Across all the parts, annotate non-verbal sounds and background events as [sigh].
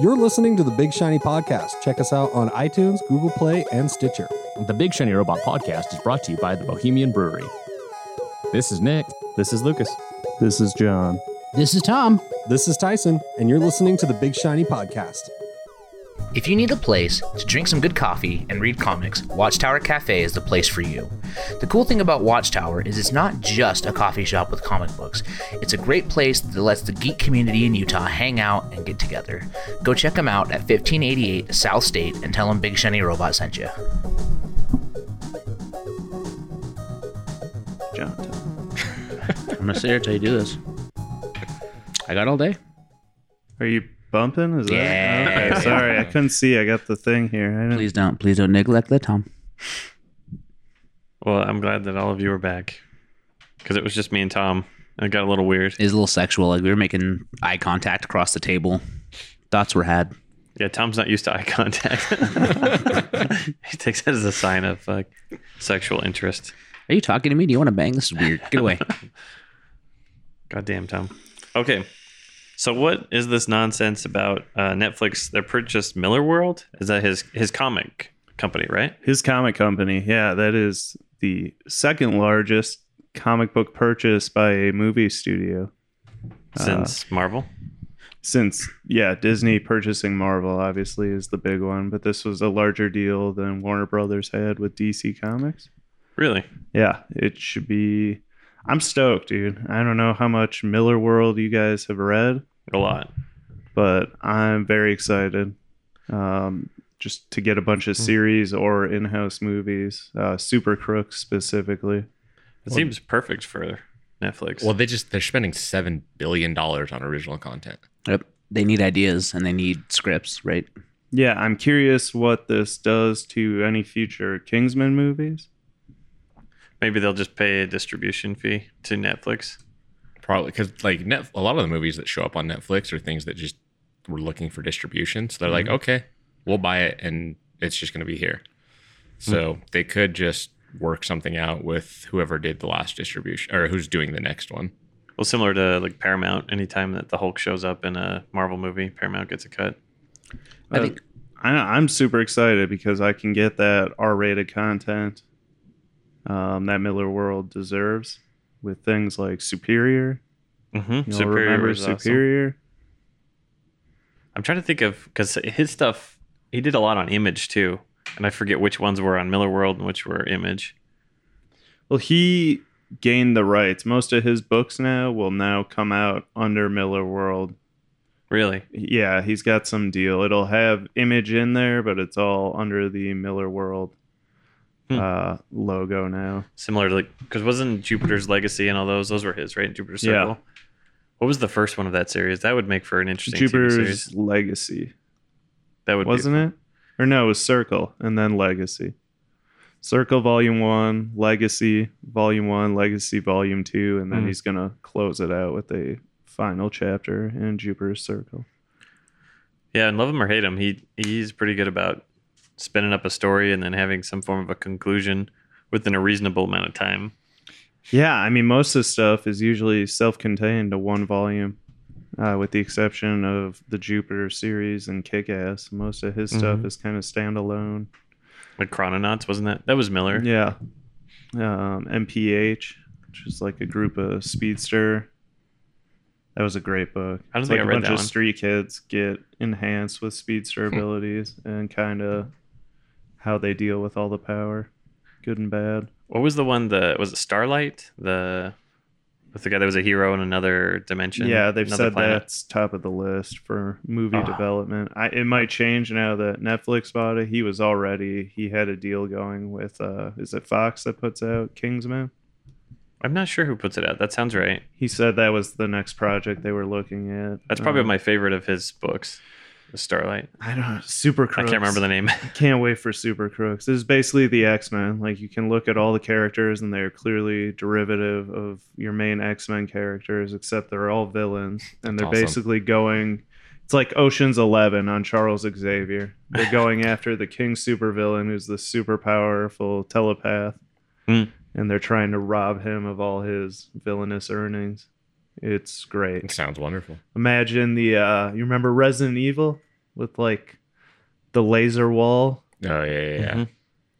You're listening to the Big Shiny Podcast. Check us out on iTunes, Google Play, and Stitcher. The Big Shiny Robot podcast is brought to you by the Bohemian Brewery. This is Nick. This is Lucas. This is John. This is Tom. This is Tyson, and you're listening to the Big Shiny Podcast. If you need a place to drink some good coffee and read comics, Watchtower Cafe is the place for you. The cool thing about Watchtower is it's not just a coffee shop with comic books. It's a great place that lets the geek community in Utah hang out and get together. Go check them out at 1588 South State and tell them Big Shiny Robot sent you. John. I'm gonna sit here till you do this. I got all day. Are you bumping? Is Yeah. that? Okay, sorry, I couldn't see. I got the thing here. I didn't- Please don't. Please don't neglect the Tom. Well, I'm glad that all of you are back because it was just me and Tom. and It got a little weird. It's a little sexual. Like we were making eye contact across the table. Thoughts were had. Yeah, Tom's not used to eye contact. he takes that as a sign of like sexual interest. Are you talking to me? Do you want to bang? This is weird. Get away. Goddamn, Tom. Okay. So what is this nonsense about uh, Netflix? They purchased Miller World. Is that his his comic company, right? His comic company. Yeah, that is the second largest comic book purchase by a movie studio Since Marvel. since yeah disney purchasing marvel obviously is the big one but this was a larger deal than warner brothers had with dc comics Really? yeah, it should be. I'm stoked, dude. I don't know how much Miller World you guys have read, A lot. but I'm very excited. Um, just to get a bunch of series or in-house movies, uh, Super Crook specifically. It seems perfect for Netflix. Well, they just they're spending seven billion dollars on original content. yep. They need ideas and they need scripts, right? Yeah, I'm curious what this does to any future Kingsman movies. Maybe they'll just pay a distribution fee to Netflix. Probably because like net, a lot of the movies that show up on Netflix are things that just were looking for distribution. So they're like, Mm-hmm. okay, we'll buy it, and it's just going to be here. So Hmm. they could just work something out with whoever did the last distribution or who's doing the next one. Well, similar to like Paramount, anytime that the Hulk shows up in a Marvel movie, Paramount gets a cut. I Uh, think- I, I'm super excited because I can get that R-rated content um, that Miller World deserves with things like Superior, Mm-hmm. You'll Superior remember was awesome. Superior. I'm trying to think of because his stuff, he did a lot on Image too, and I forget which ones were on Miller World and which were Image. Well, he gained the rights. Most of his books now will now come out under Miller World. Really? Yeah, he's got some deal. It'll have image in there, but it's all under the Miller World Hmm. uh, logo now. Similar to like because wasn't Jupiter's Legacy and all those? Those were his, right? Jupiter's Yeah. Circle. What was the first one of that series? That would make for an interesting TV Jupiter's series. Legacy, That would wasn't it? Or no, it was Circle and then Legacy. Circle Volume One, Legacy Volume One, Legacy Volume Two, and then Hmm. he's gonna close it out with a final chapter in Jupiter's Circle. Yeah, and love him or hate him, he he's pretty good about spinning up a story and then having some form of a conclusion within a reasonable amount of time. Yeah, I mean, most of the stuff is usually self-contained to one volume, uh, with the exception of the Jupiter series and Kick-Ass. Most of his Mm-hmm. stuff is kind of standalone. Like Chrononauts, wasn't that? That was Miller. Yeah, um, MPH, which is like a group of speedster. That was a great book. I don't It's think like I read a bunch that of one. Hmm. street kids get enhanced with speedster abilities and kind of how they deal with all the power, good and bad. What was the one? The was it Starlight? The with the guy that was a hero in another dimension. Yeah, they've another said planet? that's top of the list for movie Ah. development. I, it might change now that Netflix bought it. He was already he had a deal going with uh is it Fox that puts out Kingsman? I'm not sure who puts it out. That sounds right. He said that was the next project they were looking at. That's probably Um, my favorite of his books. The Starlight. I don't know, Super I Crooks. can't remember the name. Can't wait for Super Crooks. This is basically the X Men. Like you can look at all the characters, and they're clearly derivative of your main X Men characters, except they're all villains, and they're Awesome. basically going. It's like Ocean's Eleven on Charles Xavier. They're going after the king supervillain, who's the super powerful telepath, Hmm. and they're trying to rob him of all his villainous earnings. It's great It sounds wonderful. imagine the uh you remember Resident Evil with like the laser wall. Mm-hmm. Oh yeah, yeah, yeah.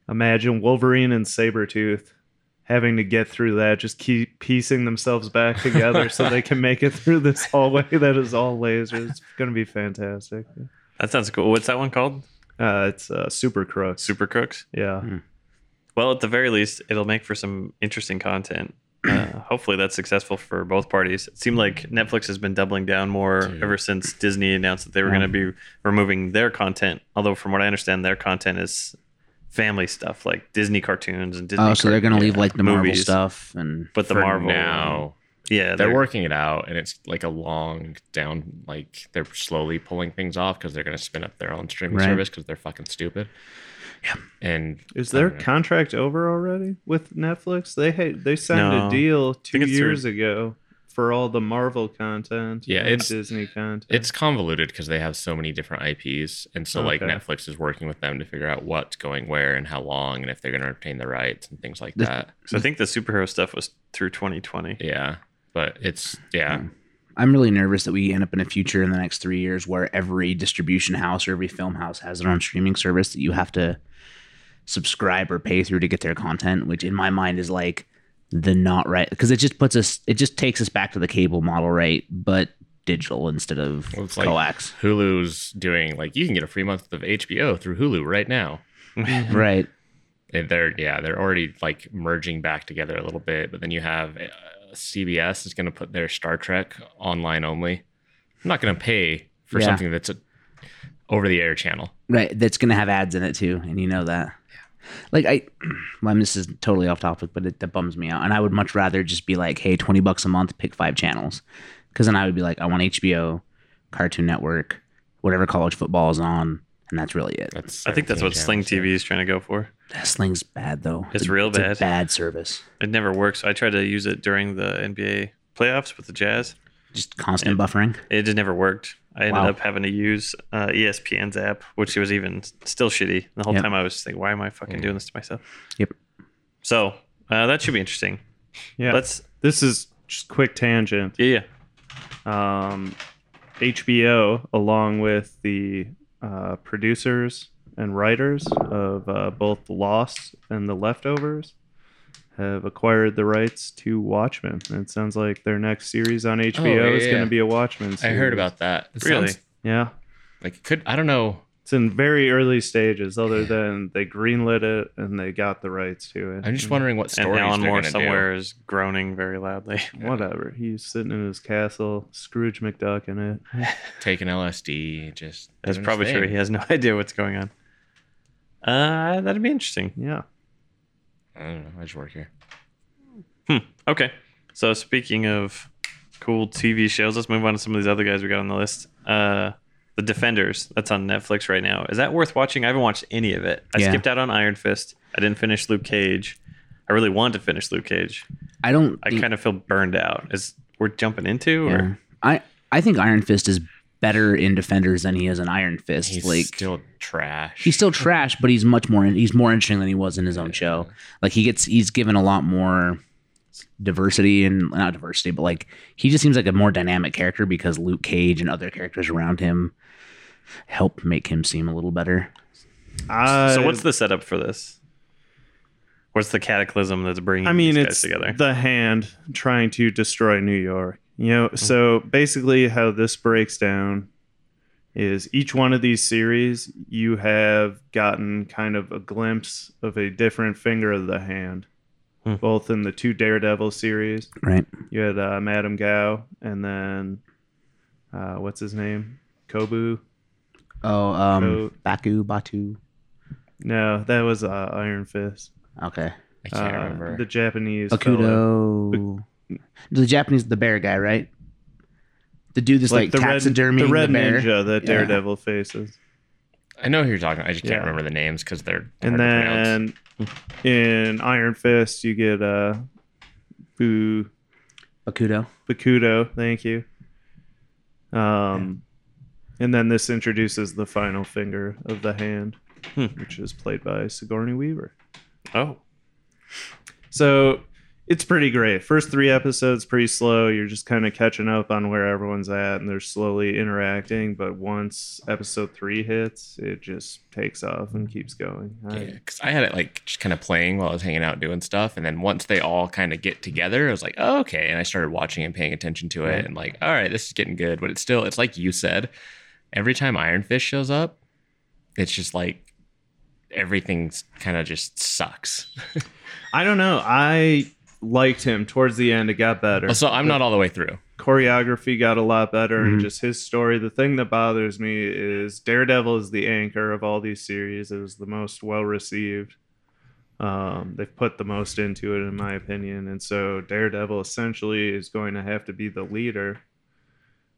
Imagine Wolverine and Sabretooth having to get through that, just keep piecing themselves back together so they can make it through this [laughs] hallway that is all lasers. It's gonna be fantastic. [laughs] That sounds cool. What's that one called? Uh, it's uh, Super Crux. Super Hmm. Crooks. Yeah. Well, at the very least, it'll make for some interesting content. [clears throat] Uh, hopefully, that's successful for both parties. It seemed like Netflix has been doubling down more Dude. ever since Disney announced that they were going to be removing their content. Although, from what I understand, their content is family stuff like Disney cartoons and Disney. Oh, so they're gonna cart- leave yeah, like the Marvel movies. stuff and but the For Marvel now. Yeah, they're working it out and it's like a long down like they're slowly pulling things off because they're going to spin up their own streaming Right. service because they're fucking stupid yeah and Is I their don't know. contract over already with Netflix? They had, they signed No. a deal two think it's years ago for all the Marvel content. Yeah, and it's- Disney content. it's convoluted because they have so many different ips and so like Okay. netflix is working with them to figure out what's going where and how long and if they're going to retain the rights and things like The- that So I think the superhero stuff was through 2020. yeah but it's yeah I'm really nervous that we end up in a future in the next three years where every distribution house or every film house has their own streaming service that you have to subscribe or pay through to get their content, which in my mind is like the not right because it just puts us, it just takes us back to the cable model, right? But digital instead of Well, it's like- coax, hulu's doing like you can get a free month of hbo through hulu right now right? And they're yeah they're already like merging back together a little bit but then you have uh, cbs is going to put their star trek online only i'm not going to pay for Yeah. something that's a over the air channel Right, that's going to have ads in it too, and you know that. Like I, [clears throat] well, I mean, this is totally off topic, but it, that bums me out. And I would much rather just be like, "Hey, twenty bucks a month, pick five channels," because then I would be like, "I want HBO, Cartoon Network, whatever college football is on, and that's really it." that's I think that's 17 what Sling channels, yeah. TV is trying to go for. That sling's bad though. It's real a bad. bad service, It never works. I tried to use it during the NBA playoffs with the Jazz. just constant buffering. It just never worked. I ended Wow. up having to use uh, ESPN's app, which was even still shitty. The whole Yep. time I was thinking, why am I fucking doing this to myself? Yep. So uh, that should be interesting. yeah. Let's. this is just quick tangent. Yeah, yeah. um, HBO, along with the uh, producers and writers of uh, both Lost and The Leftovers, have acquired the rights to Watchmen. And it sounds like their next series on HBO yeah, is Oh, yeah, going yeah. to be a Watchmen. I Series. heard about that. It Really? sounds Yeah, like it could I don't know. it's in very early stages. Other than they greenlit it and they got the rights to it. I'm just wondering what Mm. And stories Alan they're Moore gonna do. somewhere is groaning very loudly. [laughs] Whatever. He's sitting in his castle, Scrooge McDuck in it. [laughs] taking LSD. Just That's doing his probably true. thing. He has no [laughs] idea what's going on. Uh, that'd be interesting. Yeah. I don't know. I just work here. Hmm. Okay. So speaking of cool TV shows, let's move on to some of these other guys we got on the list. Uh, the Defenders. That's on Netflix right now. Is that worth watching? I haven't watched any of it. I Yeah. skipped out on Iron Fist. I didn't finish Luke Cage. I really wanted to finish Luke Cage. I don't. I Mm. think- kind of feel burned out. Is we're jumping into yeah. or I I think Iron Fist is better in Defenders than he is in Iron Fist. He's like still trash. he's still trash, but he's much more he's more interesting than he was in his own show. Like he gets he's given a lot more diversity and not diversity, but like he just seems like a more dynamic character because Luke Cage and other characters around him help make him seem a little better. so? I- What's the setup for this? What's the cataclysm that's bringing I mean, these it's guys together? the hand trying to destroy New York. You know, Mm-hmm. so basically, how this breaks down is each one of these series, you have gotten kind of a glimpse of a different finger of the hand, Hmm. both in the two Daredevil series. Right. You had uh, Madame Gao, and then uh, what's his name? Kobu. Oh, So- um Baku Batu. No, that was uh, Iron Fist. Okay. I can't Uh, remember. the Japanese. fellow. Bakudo. The Japanese the bear guy, right? The dude that's like, taxidermy the red bear. ninja that Yeah. Daredevil faces. I know who you're talking. I just Yeah. can't remember the names because they're hard to and pronounce. then in Iron Fist, you get uh, Bu Bakudo. Bakudo. Thank you. Um, and then this introduces the final finger of the hand, Hmm. which is played by Sigourney Weaver. oh, So it's pretty great. First three episodes pretty slow. You're just kind of catching up on where everyone's at, and they're slowly interacting. But once episode three hits, it just takes off and keeps going. I- Yeah, because I had it like just kind of playing while I was hanging out doing stuff, and then once they all kind of get together, I was like, oh, okay, and I started watching and paying attention to it, and like, all right, this is getting good, but it's still, it's like you said, every time Ironfish shows up, it's just like everything's kind of just sucks. I don't know. I liked him towards the end. It got better. So I'm not all the way through. choreography got a lot better Mm-hmm. and just his story the thing that bothers me is daredevil is the anchor of all these series it was the most well received um, they've put the most into it in my opinion and so daredevil essentially is going to have to be the leader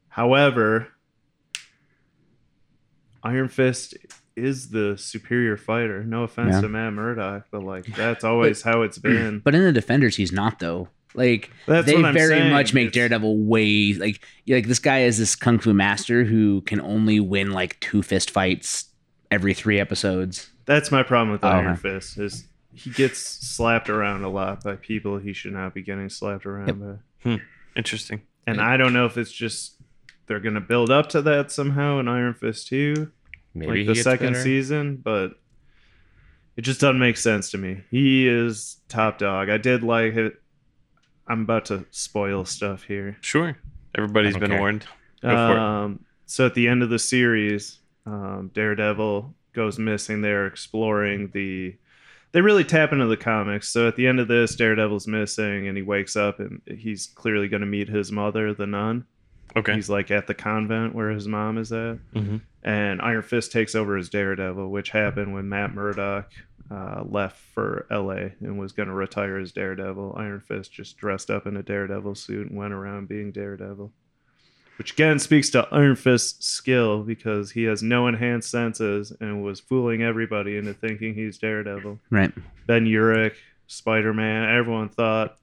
however iron fist is the superior fighter no offense Yeah. to matt murdock but like [laughs] that's always how it's been But in the Defenders, he's not though. Like That's they what I'm very saying. much make It's- Daredevil way like yeah, like this guy is this kung fu master who can only win like two fist fights every three episodes. That's my problem with Oh, Iron okay. Fist is he gets slapped around a lot by people he should not be getting slapped around Yep. by. Interesting. And I don't know if it's just they're gonna build up to that somehow in Iron Fist two, Maybe he like the gets second better. season, but it just doesn't make sense to me. He is top dog. I did like it. I'm about to spoil stuff here. Sure. I Everybody's don't been care. warned. Go for it. Um, so at the end of the series, um, Daredevil goes missing. They're exploring the. They really tap into the comics. So at the end of this, Daredevil's missing, and he wakes up, and he's clearly going to meet his mother, the nun. Okay. He's like at the convent where his mom is at, Mhm. and Iron Fist takes over as Daredevil, which happened when Matt Murdock uh, left for L.A. and was going to retire as Daredevil. Iron Fist just dressed up in a Daredevil suit and went around being Daredevil, which again speaks to Iron Fist's skill because he has no enhanced senses and was fooling everybody into thinking he's Daredevil. Right. Ben Urich, Spider Man, everyone thought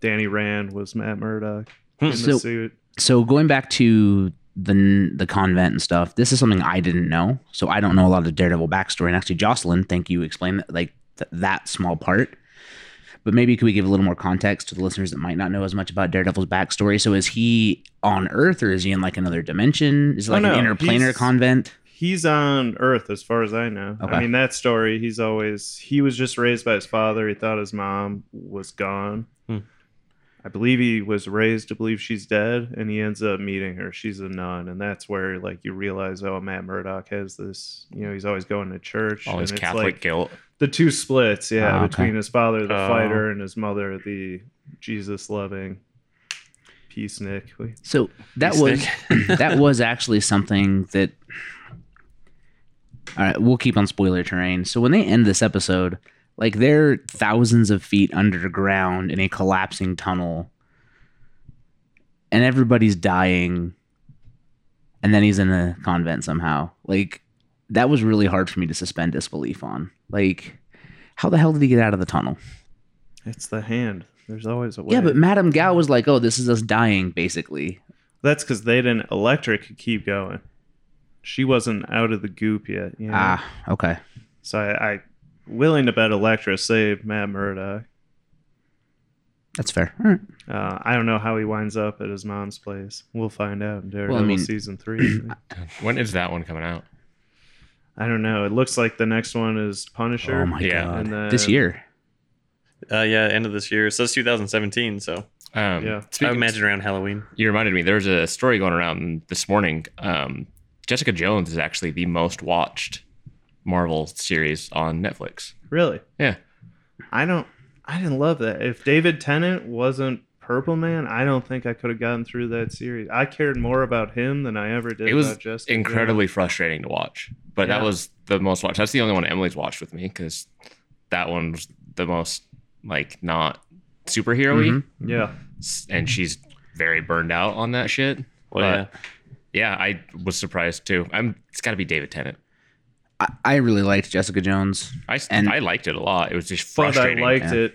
Danny Rand was Matt Murdock in So- the suit. So going back to the the convent and stuff, this is something I didn't know. So I don't know a lot of Daredevil backstory. And actually, Jocelyn, thank you, explain that, like th- that small part. But maybe could we give a little more context to the listeners that might not know as much about Daredevil's backstory? So is he on Earth or is he in like another dimension? Is it Oh, like an no, interplanar he's- convent? he's on Earth as far as I know. Okay. I mean that story. He's always he was just raised by his father. He thought his mom was gone. Hmm. I believe he was raised to believe she's dead, and he ends up meeting her. She's a nun, and that's where like you realize, oh, Matt Murdock has this. You know, he's always going to church. All and his it's Catholic like guilt. the two splits, yeah, Oh, okay. between his father, the Oh. fighter, and his mother, the Jesus loving. Peace, Nick. We- So that Peace, was [clears throat] that was actually something that. All right, we'll keep on spoiler terrain. So when they end this episode, like they're thousands of feet underground in a collapsing tunnel, and everybody's dying, and then he's in a convent somehow. Like that was really hard for me to suspend disbelief on. Like, how the hell did he get out of the tunnel? It's the hand. There's always a way. Yeah, but Madame Gao was like, "Oh, this is us dying," basically. That's because they didn't. Electric could keep going. She wasn't out of the goop yet. You know? Ah, okay. So I, I willing to bet Electra saved Matt Murdock. That's fair. All right. Uh, I don't know how he winds up at his mom's place. We'll find out in Daredevil Well, I mean- season three. [clears throat] When is that one coming out? I don't know. It looks like the next one is Punisher. Oh my Yeah. god! And then- this year, Uh, yeah, end of this year. So it's 2017. So Um, Yeah. I speaking- Oh, imagine around Halloween. you reminded me there's a story going around this morning um, jessica jones is actually the most watched marvel series on netflix Really? yeah I don't. I didn't love that. If David Tennant wasn't Purple Man, I don't think I could have gotten through that series. I cared more about him than I ever did. it was about Jessica Jones. incredibly frustrating to watch but Yeah. that was the most watched that's the only one emily's watched with me because that one was the most like not Mm-hmm. superhero-y Yeah. S- and she's very burned out on that shit Well, But- yeah i was surprised too i'm it's got to be david tennant I, I really liked Jessica Jones. I, s- And- I liked it a lot. It was just but I frustrating. liked yeah. it.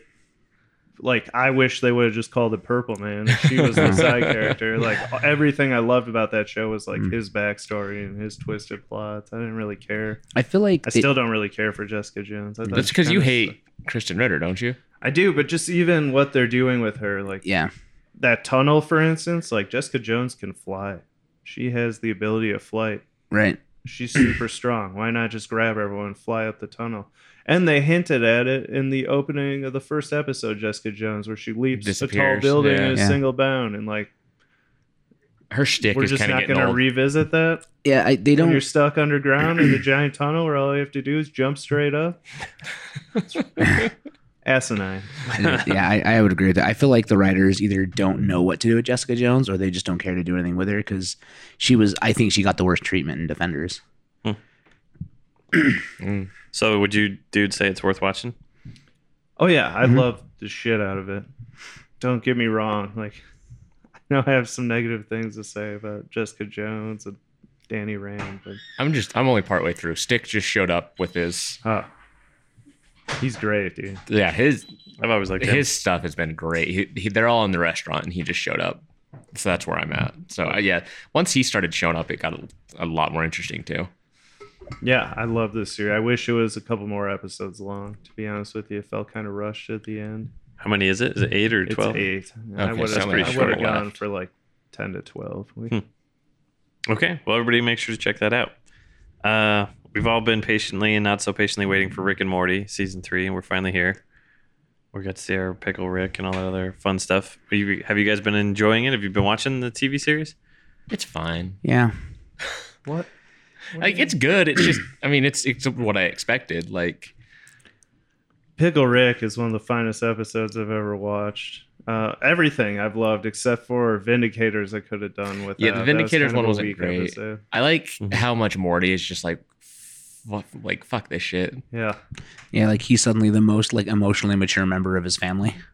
Like I wish they would have just called it Purple Man. She was the [laughs] side character. Like everything I loved about that show was like Mm. his backstory and his twisted plots. I didn't really care. I feel like I they- still don't really care for Jessica Jones. I thought That's she because you kinda- hate Kristen Ritter, don't you? I do, but just even what they're doing with her, like Yeah. that tunnel, for instance, like Jessica Jones can fly. She has the ability of flight. Right. She's super strong. Why not just grab everyone and fly up the tunnel? And they hinted at it in the opening of the first episode, Jessica Jones, where she leaps a tall Disappears, building yeah. in a Yeah. single bound. And like, Her shtick we're is just kind of not getting going to old. revisit that. Yeah. I, they When don't. you're stuck underground [clears throat] in the giant tunnel where all you have to do is jump straight up. [laughs] Asinine. [laughs] yeah, I, I would agree with that. I feel like the writers either don't know what to do with Jessica Jones or they just don't care to do anything with her because she was, I think she got the worst treatment in Defenders. Mm. So would you, dude, say it's worth watching? Oh yeah, I Mhm. love the shit out of it. Don't get me wrong. Like, I know I have some negative things to say about Jessica Jones and Danny Rand, but I'm just I'm only partway through. Stick just showed up with his oh, he's great, dude. yeah his I've always liked him. his stuff has been great. He, he, they're all in the restaurant and he just showed up. So that's where I'm at. So uh, yeah, once he started showing up, it got a, a lot more interesting too. Yeah, I love this series. I wish it was a couple more episodes long. To be honest with you, it felt kind of rushed at the end. How many is it? Is it eight or It's twelve? eight. and I Okay, would so have I'm pretty I sure would have I gone left. for like ten to twelve. We- Hmm. Okay. Well, everybody, make sure to check that out. Uh, we've all been patiently and not so patiently waiting for Rick and Morty season three, and we're finally here. We got to see our pickle Rick and all that other fun stuff. Have you, have you guys been enjoying it? Have you been watching the TV series? It's fine. Yeah. What? Like it's good. It's just I mean it's it's what I expected. Like Pickle Rick is one of the finest episodes I've ever watched. Uh, everything I've loved except for Vindicators, I could have done with. Yeah, the Vindicators one wasn't great. Episode. I like Mm-hmm. Mhm. how much Morty is just like, fuck, like fuck this shit. Yeah, Yeah. Like he's suddenly the most like emotionally mature member of his family. [laughs]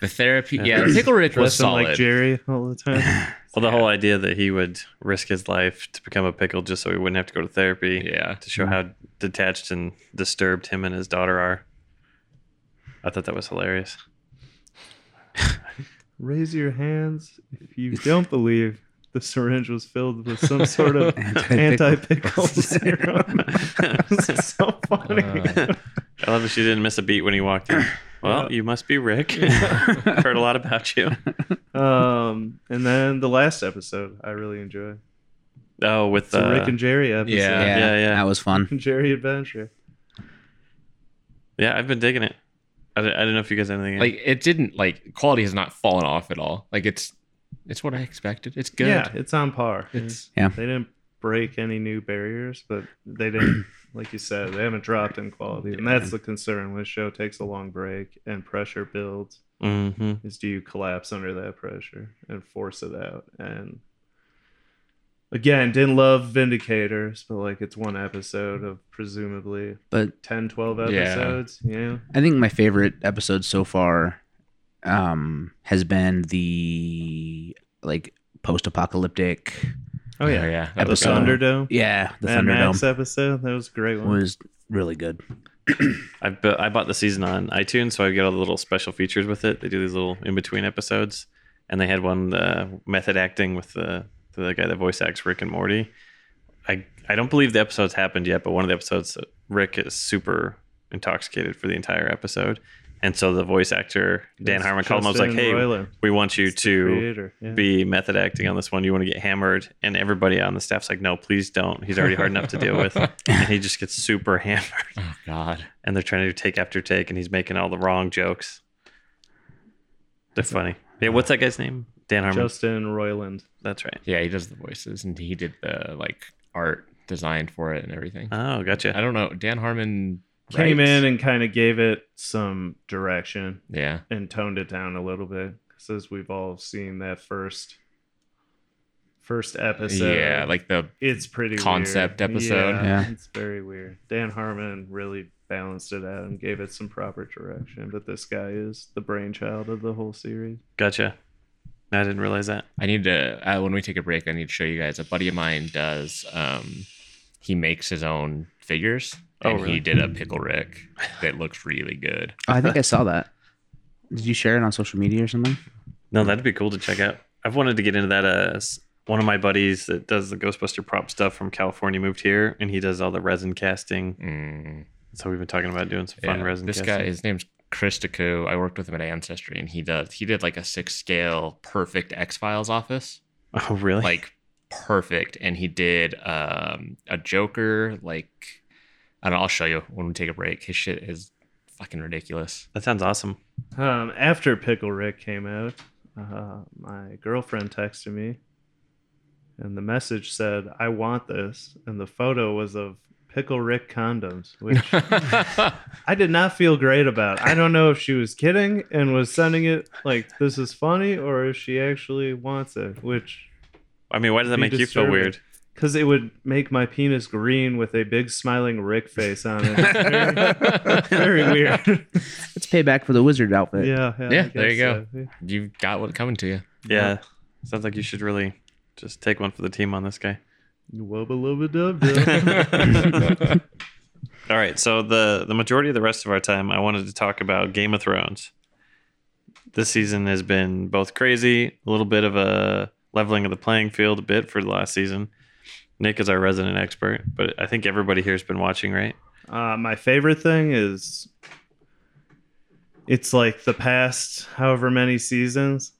The therapy, Yeah. yeah, [clears throat] Pickle Rick was dressing solid. like Jerry all the time. [laughs] Well, the whole idea that he would risk his life to become a pickle just so he wouldn't have to go to therapy yeah, to Hmm. show how detached and disturbed him and his daughter are. I thought that was hilarious. [laughs] Raise your hands if you don't believe the syringe was filled with some [laughs] sort of [laughs] anti pickle [laughs] serum. It's so funny. Uh, I love that she didn't miss a beat when he walked [clears throat] in. Well, you must [laughs] be Rick. [laughs] Heard a lot about you. um, and then the last episode I really enjoyed. Oh, with It's a uh, Rick and Jerry episode. Yeah. yeah, Yeah, yeah. That was fun. Jerry Adventure. yeah, I've been digging it. I don't, I don't know if you guys have anything. like it didn't like quality has not fallen off at all. Like it's it's what I expected. It's good. Yeah, it's on par. It's- Yeah. They didn't break any new barriers, but they didn't, [clears throat] like you said, they haven't dropped in quality. And that's the concern when a show takes a long break and pressure builds mm-hmm. is do you collapse under that pressure and force it out? And again, didn't love Vindicators, but like it's one episode of presumably But 10, 12 Yeah. episodes. Yeah. You know? I think my favorite episode so far um, has been the like post apocalyptic. Oh, Oh, yeah. yeah. The Episode. Thunderdome. Yeah. The Mad Max Thunderdome episode. That was a great one. was really good. I bu- I bought the season on iTunes, so I get all the little special features with it. They do these little in between episodes, and they had one uh, method acting with the the guy that voice acts Rick and Morty. I I don't believe the episode's happened yet, but one of the episodes, uh, Rick is super intoxicated for the entire episode, and so the voice actor Dan That's Harmon called him. I was like, Justin "Hey, Roiland, we want you to creator. Yeah. be method acting on this one. You want to get hammered. And everybody on the staff's like, no, please don't. He's already hard enough to deal with. And he just gets super hammered. Oh god. And they're trying to do take after take, and he's making all the wrong jokes. They're funny. Yeah, what's that guy's name? Dan Harmon. Justin Roiland. That's right. Yeah, he does the voices and he did the like art design for it and everything. Oh, I gotcha. don't know. Dan Harmon Uh, Came writes- in and kind of gave it some direction Yeah. and toned it down a little bit. Because as we've all seen that first first episode. yeah, like the it's pretty weird. concept episode. Yeah, Yeah. It's very weird. Dan Harmon really balanced it out and gave it some proper direction. But this guy is the brainchild of the whole series. Gotcha. I didn't realize that. I need to uh, when we take a break. I need to show you guys. A buddy of mine does. Um, he makes his own figures, Oh, and really? he did a pickle Rick that looks really good. Oh, I think I [laughs] saw that. Did you share it on social media or something? No, that'd be cool to check out. I've wanted to get into that. Uh, s- one of my buddies that does the Ghostbuster prop stuff from California moved here, and he does all the resin casting. Mm, So we've been talking about doing some fun yeah. resin This casting. guy, his name's Christico, I worked with him at Ancestry, and he does he did like a six scale perfect X Files [laughs] office, [laughs] Oh, really? like perfect, and he did um, a Joker like I don't know. I'll show you when we take a break. His shit is fucking [laughs] ridiculous. that sounds awesome. Um, after Pickle Rick came out, uh, my girlfriend texted me, and the message said, "I want this," and the photo was of Pickle Rick condoms, [laughs] which I did not feel great about. I don't know if she was kidding and was sending it like this is funny, or if she actually wants it, which I mean, why does that Be make disturbing. you feel weird? because it would make my penis green with a big smiling Rick face on it. [laughs] Very, very weird. It's payback for the wizard outfit. yeah, yeah. I Yeah, there you guess so. You've got what coming to you. Yeah. Sounds like you should really just take one for the team on this guy. Wubba lubba dub [laughs] dub. All right, so the the majority of the rest of our time, I wanted to talk about Game of Thrones. This season has been both crazy, a little bit of a leveling of the playing field a bit for the last season. Nick is our resident expert, but I think everybody here's been watching, right? Uh, my favorite thing is it's like the past however many seasons.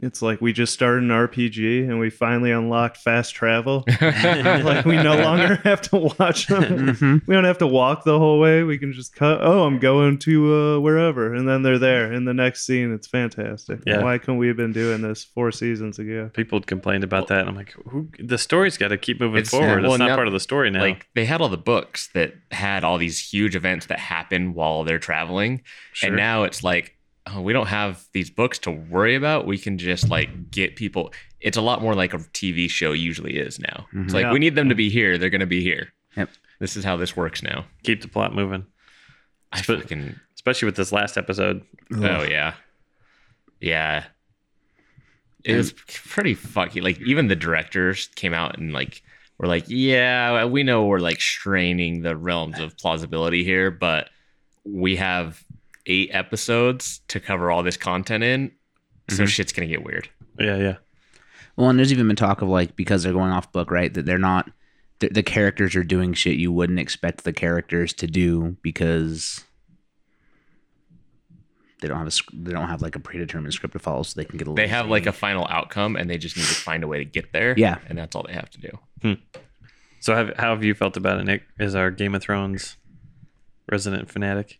It's like we just started an RPG and we finally unlocked [laughs] fast travel. [laughs] [laughs] like we no longer have to watch them. hmm we don't have to walk the whole way. We can just cut. Oh, I'm going to uh, wherever, and then they're there in the next scene. It's fantastic. Yeah. Why couldn't we have been doing this four seasons ago? People had complained about that, and I'm like, who? The story's got to keep moving It's- forward. well, it's not now- part of the story now. Like they had all the books that had all these huge events that happen while they're traveling, and now it's like oh, we don't have these books to worry about. We can just like get people. It's a lot more like a TV show usually is now. It's like Yeah. we need them to be here. They're going to be here. Yep. This is how this works now. keep the plot moving, I Sp- fucking especially with this last episode. oh yeah, yeah. It was pretty fucky. Like even the directors came out and like were like, yeah, we know we're like straining the realms of plausibility here, but we have eight episodes to cover all this content in, so shit's gonna get weird. Yeah, yeah. Well, and there's even been talk of like because they're going off book, right? That they're not the, the characters are doing shit you wouldn't expect the characters to do because they don't have a sc- they don't have like a predetermined script to follow, so they can get a little. They have like a final outcome, and they just need to find a way to get there. Yeah. and that's all they have to do. So, have, how have you felt about it, Nick? Is our Game of Thrones resident fanatic?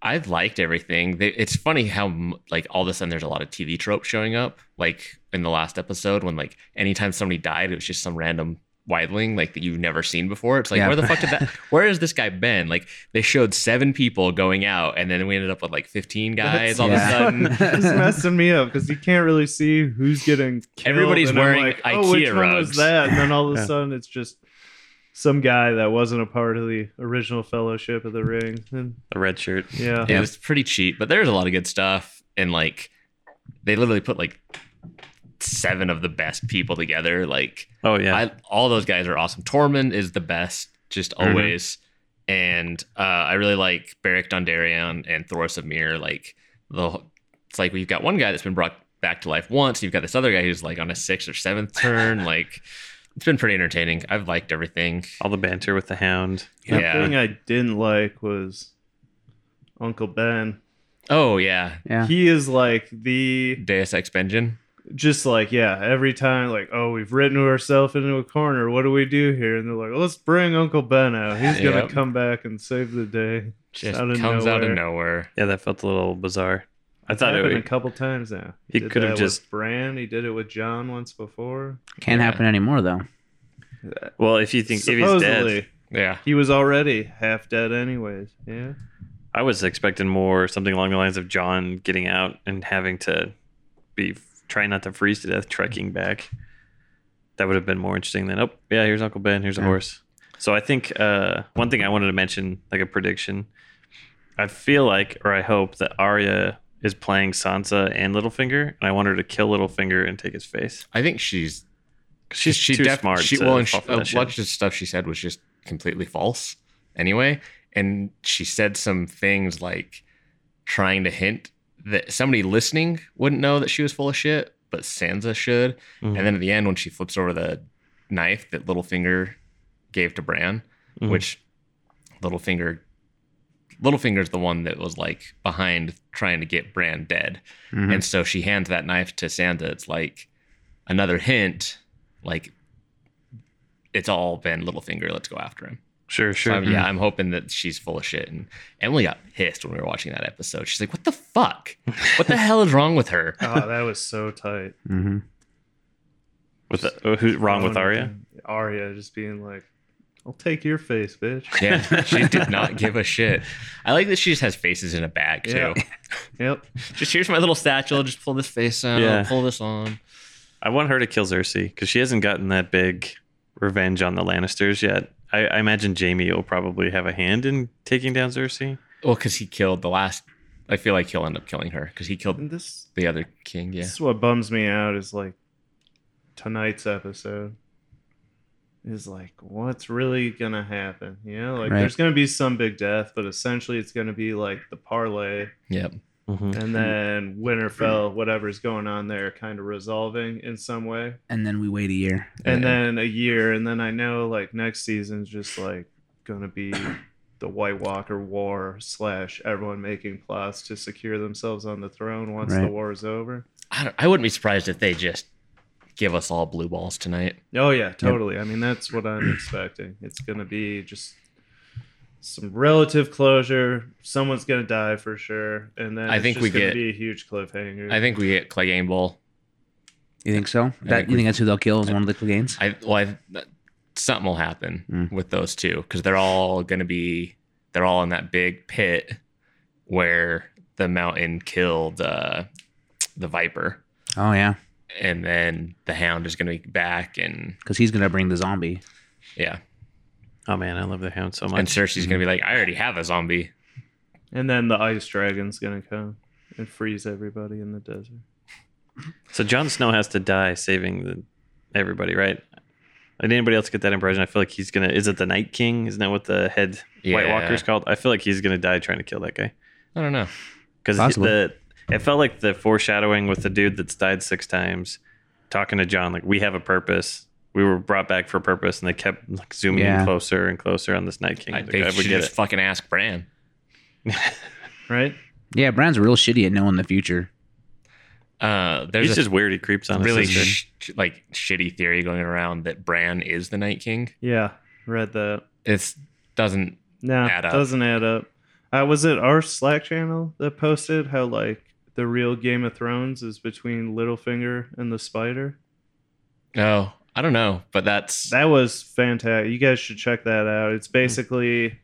I've liked everything. They, it's funny how m- like all of a sudden there's a lot of TV tropes showing up. Like in the last episode, when like anytime somebody died, it was just some random wildling like that you've never seen before. It's like Yeah. where the fuck did [laughs] that? Where has this guy been? Like they showed seven people going out, and then we ended up with like 15 guys all yeah. of a [laughs] sudden. [laughs] it's messing me up because you can't really see who's getting killed. Everybody's and I'm wearing like, oh, which IKEA one was rugs." that? And then all of a sudden, it's just some guy that wasn't a part of the original Fellowship of the Ring. And The red shirt. yeah, It was pretty cheap, but there's a lot of good stuff, and like they literally put like seven of the best people together. Like Oh yeah. I, all those guys are awesome. Tormund is the best, just always. And uh, I really like Beric Dondarrion and Thoros of Mir. Like the, whole- it's like we've got one guy that's been brought back to life once. You've got this other guy who's like on a sixth or seventh turn. [laughs] like it's been pretty entertaining. I've liked everything. All the banter with the hound. Yeah. The thing I didn't like was Uncle Ben. Oh yeah. Yeah. He is like the Deus Ex Benjin. just like yeah. Every time, like oh, we've written ourselves into a corner. What do we do here? And they're like, let's bring Uncle Ben out. He's gonna Yep. come back and save the day. Just comes out of nowhere. Yeah, that felt a little bizarre. I It's thought it happened a would. couple times now. he did could have that with just- Bran. He did it with John once before. can't happen anymore though. Well, if you think if he's dead, Supposedly, Yeah. he was already half dead, anyways. Yeah, I was expecting more something along the lines of John getting out and having to be trying not to freeze to death, trekking back. That would have been more interesting than oh yeah, here's Uncle Ben, here's a Yeah. horse. So I think uh, one thing I wanted to mention, like a prediction, I feel like or I hope that Arya is playing Sansa and Littlefinger, and I want her to kill Littlefinger and take his face. I think she's 'Cause She's she too def- smart. She, to well, and she, uh, fall for a that shit. bunch of stuff she said was just completely false. Anyway, and she said some things like trying to hint that somebody listening wouldn't know that she was full of shit, but Sansa should. And Mhm. then at the end, when she flips over the knife that Littlefinger gave to Bran, Mhm. which Littlefinger Littlefinger's the one that was like behind trying to get Bran dead. Mm-hmm. Mhm. And so she hands that knife to Sansa. It's like another hint, like it's all been Littlefinger. Let's go after him. Sure, So sure. Mm-hmm. I'm- yeah, I'm hoping that she's full of shit. And Emily got pissed when we were watching that episode. She's like, "What the fuck? What the hell is wrong with her?" Oh, that was so tight. Mhm. With the, uh, who's [laughs] wrong with Owen Arya? and Arya just being like, "I'll take your face, bitch." Yeah, she did not [laughs] give a shit. I like that she just has faces in a bag too. Yeah. Yep. Just here's my little satchel. Just pull this face out. Yeah. Pull this on. I want her to kill Cersei because she hasn't gotten that big revenge on the Lannisters yet. I, I imagine Jamie will probably have a hand in taking down Cersei. Well, because he killed the last. I feel like he'll end up killing her because he And killed this the other king. Yeah. This is what bums me out is like tonight's episode is like what's really gonna happen? You know, like Right. there's gonna be some big death, but essentially it's gonna be like the parlay Yep. Mm-hmm. and then Winterfell, whatever's going on there, kind of resolving in some way. And then we wait a year. And Yeah. then a year, and then I know like next season's just like gonna be the White Walker War slash everyone making plots to secure themselves on the throne once the Right. war is over. I, don't- I wouldn't be surprised if they just give us all blue balls tonight. Oh yeah, totally. I mean, that's what I'm expecting. It's gonna be just some relative closure. Someone's gonna die for sure, and then I it's think just we gonna get- be a huge cliffhanger. I think we get Clay Gamble. You think so? That think you we- think that's who they'll kill is one of the Cleganes? I well, I, that- something will happen Hmm. Mm. with those two because they're all going to be they're all in that big pit where the mountain killed uh, the viper, Oh yeah, and then the hound is going to be back, and because he's gonna bring the zombie. yeah, Oh man, I love the Hound so and much. Cersei's going to be like, Mm-hmm. I already have a zombie. and then the ice dragon's gonna come and freeze everybody in the desert. So Jon Snow has to die saving the, everybody, right? Did anybody else get that impression? I feel like he's gonna. Is it the Night King? Isn't that what the head White Yeah. Walker's called? I feel like he's gonna die trying to kill that guy I don't know. because Possibly. the it felt like the foreshadowing with the dude that's died six times, talking to John like we have a purpose. We were brought back for a purpose, and they kept like zooming in Yeah. closer and closer on this Night King. I Like, think I you would should get just it. fucking ask Bran. Right? Yeah, Bran's real shitty at knowing the future. Uh, there's He's a just weird. He creeps on really his sister. sh- like shitty theory going around that Bran is the Night King. Yeah, read that. It's doesn't No, Add up. doesn't add up. Uh, was it our Slack channel that posted how like the real Game of Thrones is between Littlefinger and the spider? Oh, I don't know, but that's That was fantastic. You guys should check that out. It's basically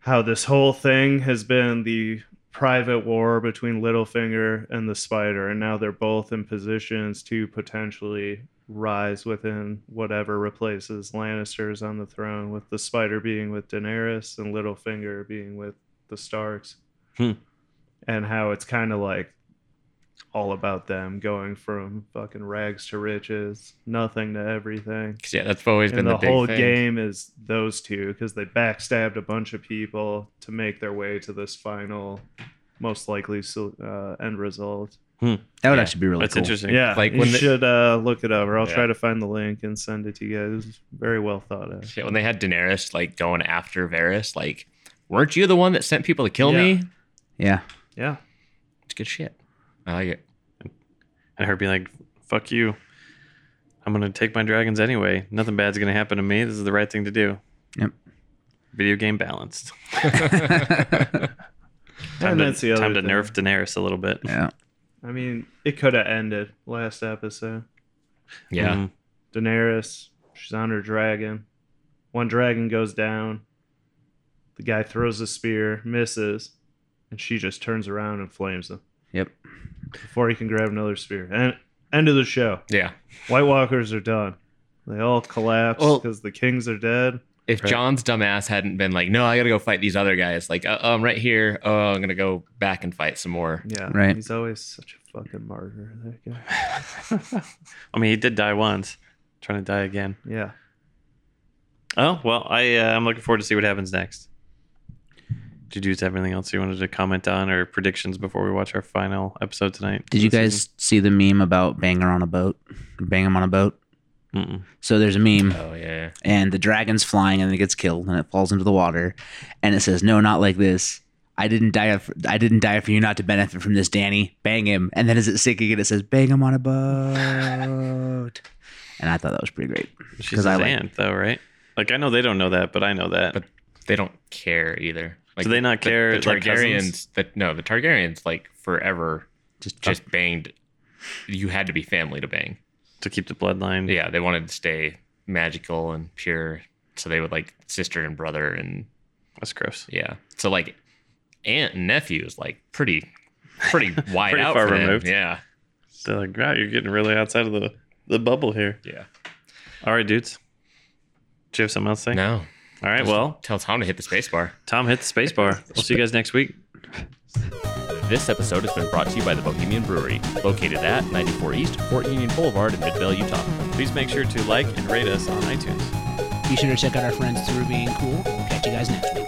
how this whole thing has been the private war between Littlefinger and the Spider, and now they're both in positions to potentially rise within whatever replaces Lannisters on the throne, with the Spider being with Daenerys and Littlefinger being with the Starks, Hmm. and how it's kind of like all about them going from fucking rags to riches, nothing to everything. 'cause, yeah, that's always been And the, the, big whole thing. game is those two because they backstabbed a bunch of people to make their way to this final, most likely so- uh, end result. That would Yeah. actually be really That's cool. interesting. Yeah, Like like you when the- should uh, look it over. I'll Yeah. try to find the link and send it to you guys. It's very well thought out. Shit, when they had Daenerys like going after Varys, like, weren't you the one that sent people to kill me? Yeah, Yeah, It's good shit. I like it. and her being like, "Fuck you, I'm gonna take my dragons anyway. Nothing bad's gonna happen to me. This is the right thing to do." Yep. Video game balanced. Time and to, that's the other time to thing. nerf Daenerys a little bit. yeah. I mean, it could have ended last episode. Yeah. Mhm. Daenerys, she's on her dragon. One dragon goes down. The guy throws a spear, misses, and she just turns around and flames him Yep. before he can grab another spear. And end of the show. Yeah. White Walkers are done. They all collapse Well- because the kings are dead. If Right. John's dumbass hadn't been like, no, I gotta go fight these other guys, like, uh, I'm right here. Oh, I'm gonna go back and fight some more. Yeah, Right. He's always such a fucking martyr. That guy. I mean, he did die once. Trying to die again. Yeah. Oh well, I uh, I'm looking forward to see what happens next. Did you dudes have anything else you wanted to comment on or predictions before we watch our final episode tonight? Did you This guys see the meme about Banger on a boat? Bang him on a boat. Mm-mm. So there's a meme Oh yeah. and the dragon's flying and it gets killed and it falls into the water and it says no not like this i didn't die for, i didn't die for you not to benefit from this danny bang him and then as it's sinking and it says bang him on a boat and i thought that was pretty great She's I a like- ant, though, right? Like I know they don't know that, but I know that. But They don't care either. Like, Do they not the- care, The, like, Targaryens. the, no, the Targaryens like forever just, just banged. You had to be family to bang. to keep the bloodline. Yeah, they wanted to stay magical and pure, so they would like sister and brother and that's gross. Yeah. So like aunt and nephew is like pretty [laughs] pretty wide Pretty out far for them. removed. Yeah. They're like, wow, you're getting really outside of the the bubble here. Yeah. All right, dudes. Do you have something else to say? No. All right, well, Tell Tom to hit the space bar. Tom hit the space bar. We'll see you guys next week. This episode has been brought to you by the Bohemian Brewery, located at 94 East, Fort Union Boulevard in Midvale, Utah. Please make sure to like and rate us on iTunes. be sure to check out our friends through being cool catch you guys next week